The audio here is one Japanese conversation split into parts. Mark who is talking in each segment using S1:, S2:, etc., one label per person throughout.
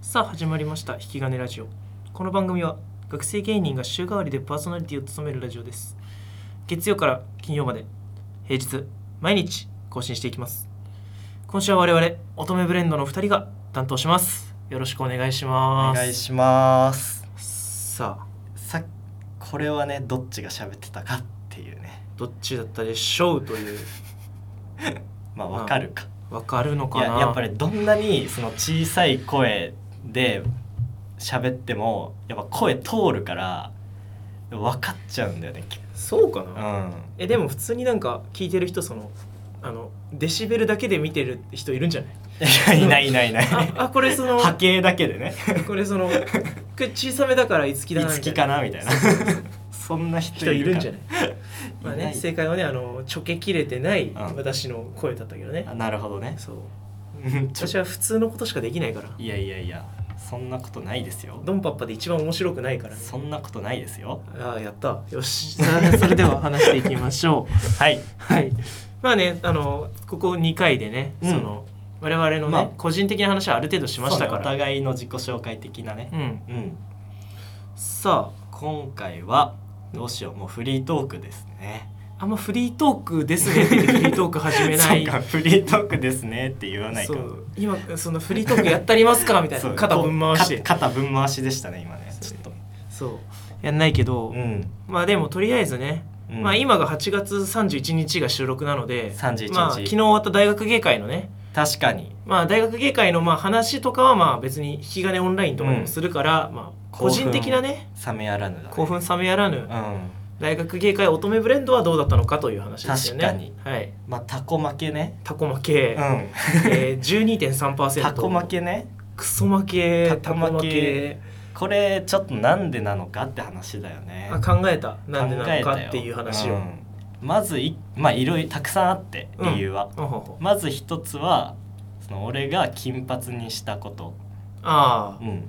S1: さあ始まりました引き金ラジオこの番組は学生芸人が週替わりでパーソナリティを務めるラジオです月曜から金曜まで平日毎日更新していきます今週は我々乙女ブレンドの2人が担当しますよろしくお願いし
S2: お
S1: ます
S2: 願いします
S1: さあ
S2: さこれはねどっちが喋ってたかっていうね
S1: どっちだったでしょうという
S2: まあわかるか
S1: わかるの
S2: い
S1: かな
S2: ややっぱりどんなにその小さい声で喋ってもやっぱ声通るから分かっちゃうんだよねき
S1: そうかな、
S2: うん
S1: えでも普通になんか聞いてる人そのあのデシベルだけで見てる人いるんじゃない
S2: いやいないいないいない
S1: ああこれその
S2: 波形だけでね
S1: これそのこれ小さめだからいつき
S2: い
S1: だなみ
S2: つ
S1: たい
S2: き
S1: な
S2: かなみたいなそんな人
S1: 人
S2: い
S1: い
S2: る
S1: る
S2: か
S1: んじゃない まあ
S2: いな
S1: ね
S2: い
S1: 正解はねあのちょけきれてない
S2: ん
S1: 私の声だったけどね
S2: あ、なるほどね
S1: そう
S2: うんちょ
S1: 私は普通のことしかできないから
S2: いやいやいやそんなことないですよ
S1: ドンパッパで一番面白くないからね
S2: そんなことないですよ
S1: ああやったよしさあそれでは話していきましょう
S2: はい
S1: はいまあねあのここ2回でね、
S2: うん
S1: その我々のね、
S2: まあ
S1: 個人的な話はある程度しましたか
S2: そうねお
S1: ら
S2: 互いの自己紹介的なね、
S1: うん
S2: うん、
S1: さ
S2: 今回はどうしようもうフリートークですね
S1: ああんまフリートークですねって言ってフリートーク始 めない
S2: そうかフリートークですねって言わないか
S1: そう今そのフリートークやったりますかみたい
S2: そ
S1: な
S2: う
S1: 肩ぶん回して
S2: か肩ぶん回しでしたね今ねちょっと
S1: そうやんないけど、
S2: うん、
S1: まあでもとりあえずね、
S2: うん
S1: まあ今が8月31日が収録なので
S2: 31日
S1: まあ、昨日終わった大学芸会のね
S2: 確かに
S1: まあ大学芸会のまあ話とかはまあ別に引き金オンラインとかでもするから、まあ個人的なね
S2: 冷めやらぬだ、ね、
S1: 興奮冷めやら
S2: う
S1: ぬ
S2: ん
S1: 大学芸会乙女ブレンドはどうだったのかという話ですよね
S2: 確かに
S1: はい
S2: まあタコ負けね
S1: タコ負
S2: う
S1: け、
S2: ん
S1: えー、12.3%
S2: タコ負けね
S1: クソ負け
S2: タコ負けこれちょっとなんでなのかって話だよね
S1: あ考えたなんで
S2: 考
S1: な
S2: え
S1: の
S2: た
S1: か
S2: よ
S1: っていう話を、
S2: うんまずいまあいろいろたくさんあって理由は、
S1: ほうほうほう
S2: まず一つはその俺が金髪にしたこと、
S1: ああ
S2: うん、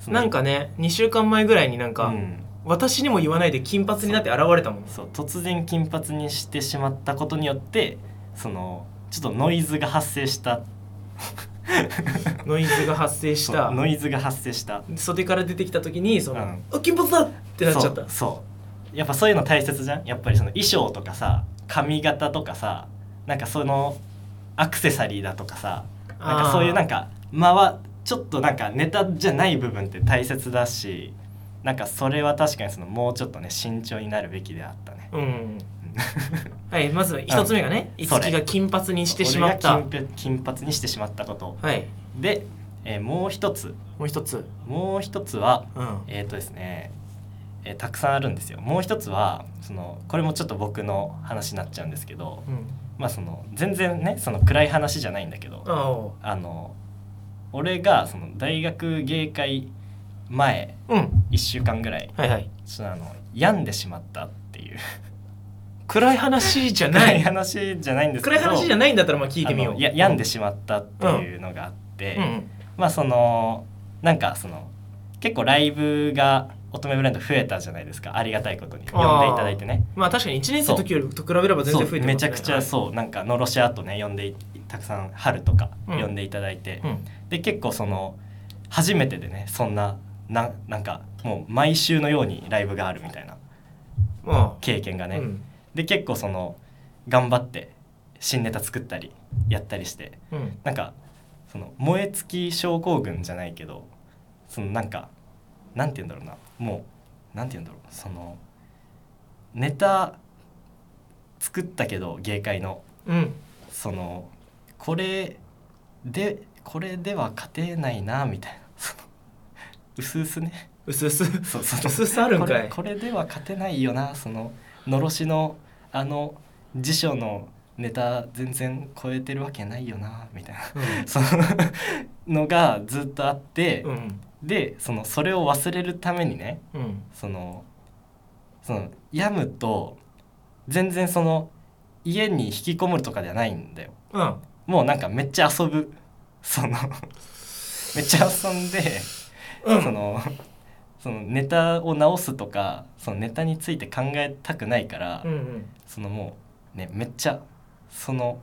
S2: その
S1: なんかね2週間前ぐらいになんか、
S2: うん
S1: 私にも言わないで金髪になって現れたもん
S2: そう突然金髪にしてしまったことによってそのちょっとノイズが発生した
S1: ノイズが発生し
S2: そ
S1: た
S2: うノイズが発生したっ
S1: 袖から出てきた時にその「
S2: うん
S1: あ金髪だ!」ってなっちゃった
S2: そうそうやっぱそういうの大切じゃんやっぱりその衣装とかさ髪型とかさなんかそのアクセサリーだとかさなんかそういうなん
S1: か
S2: か間はちょっとなんかネタじゃない部分って大切だしなんかそれは確かにそのもうちょっとね慎重になるべきであったね。
S1: うんはいまず一つ目がね
S2: うん
S1: いつ
S2: それ
S1: きが金髪にしてしまった
S2: 俺が金髪金髪にしてしまったこと
S1: はい
S2: で、えーもう一つ
S1: もう一つ
S2: もう一つは
S1: うん
S2: えっ、とですね、えーたくさんあるんですよ。もう一つはそのこれもちょっと僕の話になっちゃうんですけど
S1: うん
S2: まあその全然ねその暗い話じゃないんだけど
S1: ああおう
S2: あの俺がその大学芸会前
S1: うん
S2: 1週間ぐらい
S1: はいはい
S2: ちょっとあの病んでしまったっていう
S1: 暗い話じゃな
S2: 暗い
S1: い
S2: 話じゃないんですけ
S1: 暗
S2: ど
S1: い話じゃ
S2: な
S1: ないんだったらまあ聞いてみよう
S2: や病んでしまったっていうのがあって、
S1: うん
S2: まあそのなんかその結構ライブが乙女ブレンド増えたじゃないですかありがたいことに
S1: あー
S2: 呼んでいただいてね
S1: まあ確かに1年生の時よりと比べれば全然増えてますね
S2: そうめちゃくちゃ
S1: はい
S2: そうなんかのろしあとね呼んでいたくさん春とか
S1: うん
S2: 呼んでいただいて、
S1: うん
S2: で結構その初めてでねそんなななんかもう毎週のようにライブがあるみたいな
S1: ま
S2: 経験が
S1: あ
S2: ね、
S1: うん
S2: で結構その頑張って新ネタ作ったりやったりして
S1: うん
S2: なんかその燃え尽き症候群じゃないけどそのなんかなんて言うんだろうなもうなんて言うんだろうそのネタ作ったけど芸会の
S1: うん
S2: そのこれでこれでは勝てないなみたいなそのうすうすね
S1: うすうす
S2: そうそ
S1: う
S2: う
S1: すうすあるん
S2: こ
S1: か
S2: れ
S1: い
S2: これでは勝てないよなそののろしのあの辞書のネタ全然超えてるわけないよなみたいな そののがずっとあって、
S1: うんうん
S2: でそのそれを忘れるためにね
S1: うん
S2: そのその病むと全然その家に引きこもるとかではないんだよ
S1: うん
S2: もうなんかめっちゃ遊ぶその めっちゃ遊んで、
S1: うん
S2: そのそのネタを直すとかそのネタについて考えたくないから、
S1: うんうん
S2: そのもうねめっちゃその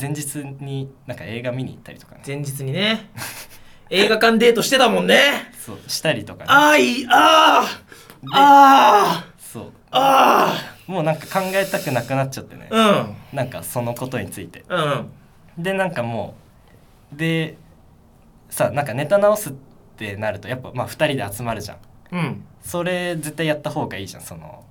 S2: 前日になんか映画見に行ったりとかね
S1: 前日にね映画館デートしてたもんね
S2: そうしたりとか、ね、
S1: あーいいあーあ
S2: そう
S1: ーあ
S2: もうなんか考えたくなくなっちゃってね
S1: ーうん
S2: なんかそのことについて
S1: うん
S2: でなんかもうでさなんかネタ直すってなるとやっぱまあ2人で集まるじゃん
S1: うん、
S2: それ絶対やった方がいいじゃんその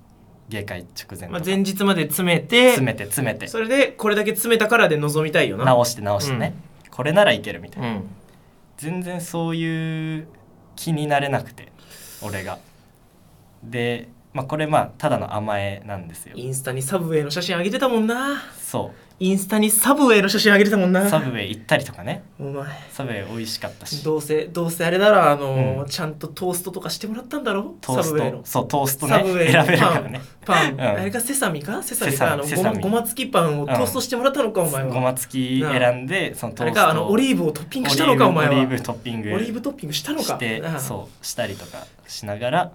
S2: 芸会直前と
S1: まあ、
S2: か
S1: 前日まで詰めて
S2: 詰めて詰めて
S1: それでこれだけ詰めたからで臨みたいよな
S2: 直して直してね、これならいけるみたいな
S1: うん
S2: 全然そういう気になれなくて俺がで、まあ、これまあただの甘えなんですよ
S1: インスタにサブウェイの写真あげてたもんな
S2: そ
S1: インスタにサブウェイの写真あげてたもん
S2: う
S1: な
S2: サブウェイ行ったりとかね
S1: お前
S2: サブウェイ美味しかったし
S1: どうせどうせあれだろあのー、
S2: うん
S1: ちゃんとトーストとかしてもらったんだろ
S2: トース
S1: サブウェイの
S2: トそうトーストね
S1: サブウ
S2: 選
S1: ェ
S2: べ
S1: イ
S2: る
S1: の
S2: からね
S1: パン、
S2: うん
S1: あれかセサミかセサミ
S2: セ
S1: か
S2: サ
S1: あの
S2: セ
S1: ご
S2: サ
S1: ま
S2: ミ
S1: ごま付きパンをトーストしてもらったのか、お前
S2: ご
S1: は
S2: ま付き
S1: うん
S2: 選んでその
S1: あ
S2: トー
S1: れ
S2: ス
S1: か
S2: ト
S1: あのオリーブをトッピングしたのかお前は
S2: オ
S1: オ
S2: リ
S1: リ
S2: ーブトッピング
S1: ーブトッピングしたのか
S2: して
S1: なあ
S2: そうしたりとかしながら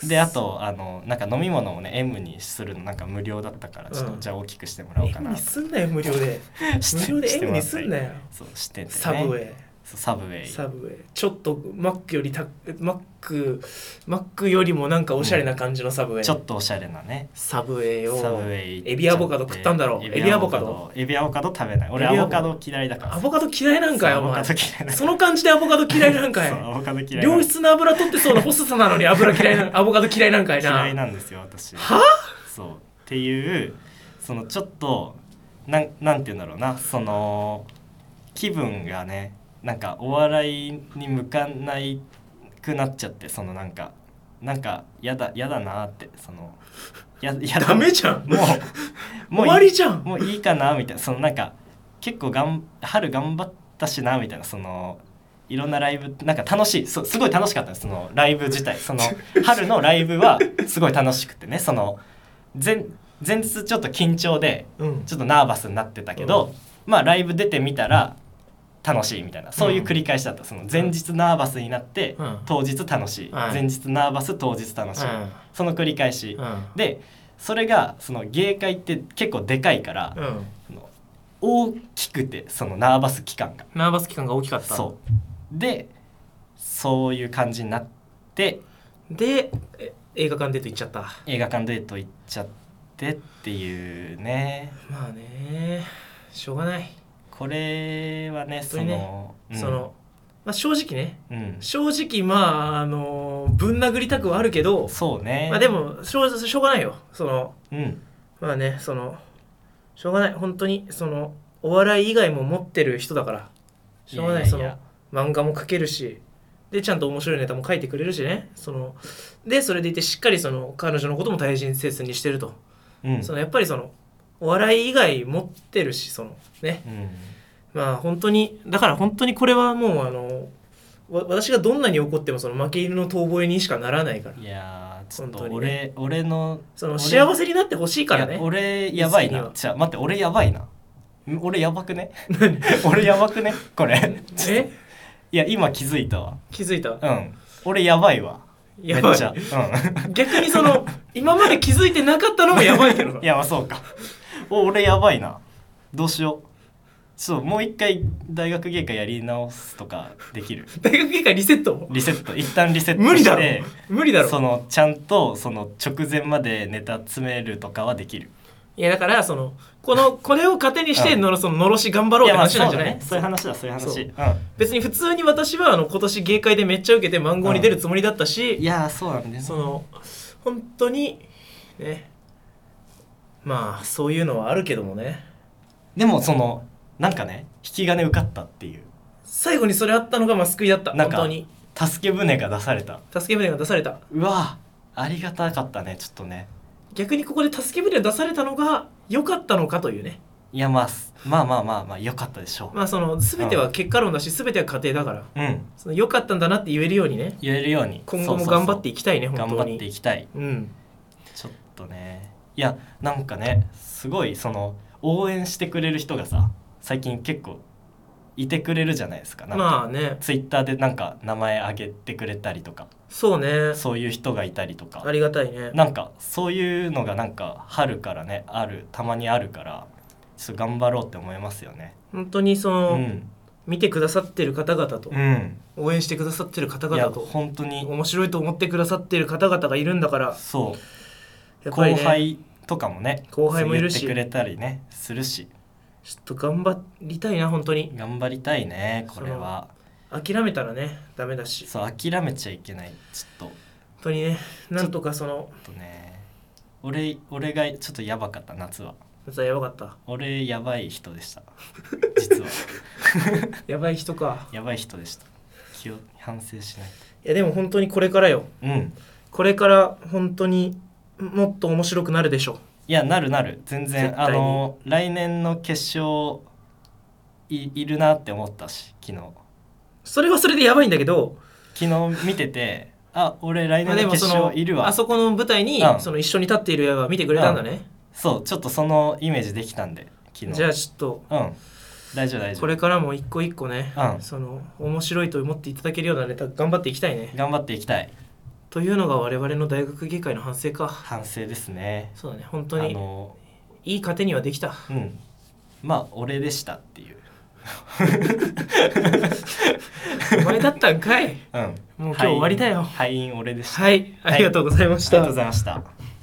S2: であとあのなんか飲み物もね M にするのなんか無料だったからちょっと、
S1: うん
S2: じゃあ大きくしてもらおうか
S1: M
S2: な
S1: に
S2: と
S1: すんなよ無料で
S2: して
S1: 無料で
S2: して
S1: M
S2: も
S1: に
S2: らった
S1: す
S2: り
S1: んなよ
S2: そうしてて、ね、
S1: サブウェイ
S2: そうサブウェイ
S1: サブウェイちょっとマックよりたマックマックよりもなんかおしゃれな感じのサブウェイ、
S2: ちょっとおしゃれなね
S1: サブウェイ
S2: サ
S1: を
S2: ブウェイ
S1: エビアボカド食ったんだろうエビアボカド
S2: エビアボカド食べない俺
S1: エビア
S2: ア
S1: ボ
S2: ボ
S1: カ
S2: カ
S1: ド
S2: ド嫌いだから
S1: アボカド嫌いなんかよ
S2: そう
S1: お
S2: アボカ
S1: 前
S2: ド嫌いな
S1: その感じでアボカド嫌いなんか
S2: そう
S1: よ
S2: アボカド嫌いな
S1: 良質な油取ってそうな細さなのに油嫌い なアボカド嫌いなんかいな
S2: 嫌いなんですよ私
S1: は
S2: そうっていうそのちょっとなんなんて言うんだろうなその気分がねなんかお笑いに向かないくなっちゃってそのなんかなんかやだやだなってそのややだ
S1: ダメじゃん
S2: もうもうい
S1: 終わりじゃん
S2: もういいかなみたいなそのなんか結構がん春頑張ったしなみたいなそのいろんなライブなんか楽しいそうすごい楽しかったですそのライブ自体 その春のライブはすごい楽しくてねその前前日ちょっと緊張で
S1: うん
S2: ちょっとナーバスになってたけど、まあライブ出てみたら楽しいみたいなそういう繰り返しだったその前日ナーバスになって、
S1: うん
S2: 当日楽しい、
S1: はい
S2: 前日ナーバス当日楽しい、
S1: うん
S2: その繰り返し、
S1: うん
S2: でそれがその芸会って結構でかいから、
S1: うん
S2: その大きくてそのナーバス期間が
S1: ナーバス期間が大きかった
S2: そうでそういう感じになって
S1: でえ映画館デート行っちゃった
S2: 映画館デート行っちゃってっていうね
S1: まあねしょうがない、
S2: これはねそ
S1: 当にね
S2: のうん
S1: その、まあ、正直ね
S2: うん
S1: 正直まああのぶん殴りたくはあるけど
S2: そうね
S1: まあでもしょうしょうがないよその
S2: うん
S1: まあねそのしょうがない本当にそのお笑い以外も持ってる人だからしょうがない
S2: ややや
S1: その漫画も描けるしでちゃんと面白いネタも書いてくれるしねそのでそれでいてしっかりその彼女のことも大事にせずにしてると、
S2: うん
S1: そのやっぱりそのお笑い以外持ってるしそのね
S2: うん
S1: まあ本当にだから本当にこれはもうあのわ私がどんなに怒ってもその負け犬の遠吠えにしかならないから
S2: いやーちょっと
S1: 本当に
S2: 俺、俺の
S1: その
S2: 俺
S1: 幸せになってほしいから
S2: い
S1: ね
S2: や俺やばい
S1: 別に
S2: な
S1: は
S2: じゃあ待って俺やばいなん俺やばくね 俺やばくねこれ
S1: え
S2: いや今気づいたわ
S1: 気づいた
S2: うん俺やばいわ
S1: やば
S2: め
S1: い
S2: っちゃ、う、
S1: 逆にその今まで気づいてなかったのもやばいけどなん
S2: いやまあそうかお俺やばいなどうしようそうもう一回大学芸会やり直すとかできる
S1: 大学結果リセット
S2: リセット一旦リセットして
S1: 無理だろ無理だろ
S2: そのちゃんとその直前までネタ詰めるとかはできる
S1: いやだからそのこのこれを糧にしてのろそののろし頑張ろうって
S2: まあ
S1: 話
S2: そ
S1: なん
S2: う
S1: じゃ
S2: だ
S1: ない
S2: ねそういう話だそういう
S1: そ
S2: 話
S1: う
S2: う
S1: 別に普通に私はあの今年芸会でめっちゃ受けてマンゴーに出るつもりだった
S2: んい
S1: し
S2: やーそうなんです
S1: その本当にねまあそういうのはあるけどもね
S2: でもそのなんかね引き金受かったっていう
S1: 最後にそれあったのがまあ救いだった
S2: なん
S1: 本
S2: か
S1: 当に
S2: 助け舟が出された
S1: 助け舟が出された
S2: うわありがたかったねちょっとね
S1: 逆にここで助け舟を出されたのが良かったのかというね
S2: いやまあすまあまあまあまあ良かったでしょ
S1: まあその全ては結果論だし全ては過程だから
S2: ううん
S1: その良かったんだなって言えるようにね
S2: 言えるように
S1: 今後も頑張ってい
S2: き
S1: きたいね
S2: 頑
S1: 本当
S2: 張って
S1: に
S2: いきたい
S1: うん
S2: ちょっとねいやなんかねすごいその応援してくれる人がさ最近結構いてくれるじゃないですかなんか、
S1: まあね
S2: ツイッターでなんか名前あげてくれたりとか
S1: そうね
S2: そういう人がいたりと
S1: あ
S2: か
S1: りがたいね
S2: なんかそういうのがなんか春からねあるたまにあるからちょっと頑張ろうって思いますよね
S1: 本当にそうの、
S2: ん
S1: 見てくださってる方々と
S2: うん
S1: 応援してくださってる方
S2: いや
S1: 々と
S2: 本当に
S1: 面白いと思ってくださってる方々がいるんだから
S2: そう
S1: やっぱり、
S2: 後
S1: ね、
S2: 輩とかもね
S1: 後輩もいるし
S2: そう言ってくれたりねするし
S1: ちょっと頑張りたいな本当に
S2: 頑張りたいねこれは
S1: 諦めたらねダメだし
S2: そう諦めちゃいけないちょっと
S1: 本当にねなんとかその
S2: ちょっとね俺俺がちょっとやばかった夏は
S1: 夏はやばかった
S2: 俺やばい人でした 実は
S1: やばい人か
S2: やばい人でした気を反省しない
S1: いやでも本当にこれからよ
S2: とうん
S1: これから本当にもっと面白くなるでしょ
S2: いやなるなる全
S1: 絶
S2: 然
S1: 対
S2: あ
S1: に
S2: の来年の決勝いいるなって思ったし昨日
S1: それはそれでやばいんだけど
S2: 昨日見ててあ俺来
S1: まあで
S2: 年の
S1: も
S2: 決
S1: その
S2: 勝いるわ
S1: あそこの舞台に、
S2: うん
S1: その一緒に立っている親が見てくれたんだね、
S2: そうちょっとそのイメージできたんで昨日
S1: じゃあちょっと
S2: うん大丈夫大丈
S1: こ
S2: 夫
S1: れからも一個一個ね、
S2: うん
S1: その面白いと思っていただけるようなネタ頑張っていきたいね
S2: 頑張っていきたい
S1: というのが我々の大学芸会の反省か
S2: 反省ですね
S1: そうだね本
S2: あ
S1: 当に
S2: の
S1: いい糧にはできた
S2: うんまあ俺でしたっていう
S1: お前だ ったんかい
S2: うんも
S1: 今
S2: う
S1: 日終わりだよ
S2: 敗因俺でした
S1: はいありがとうございました、
S2: ありがとうございました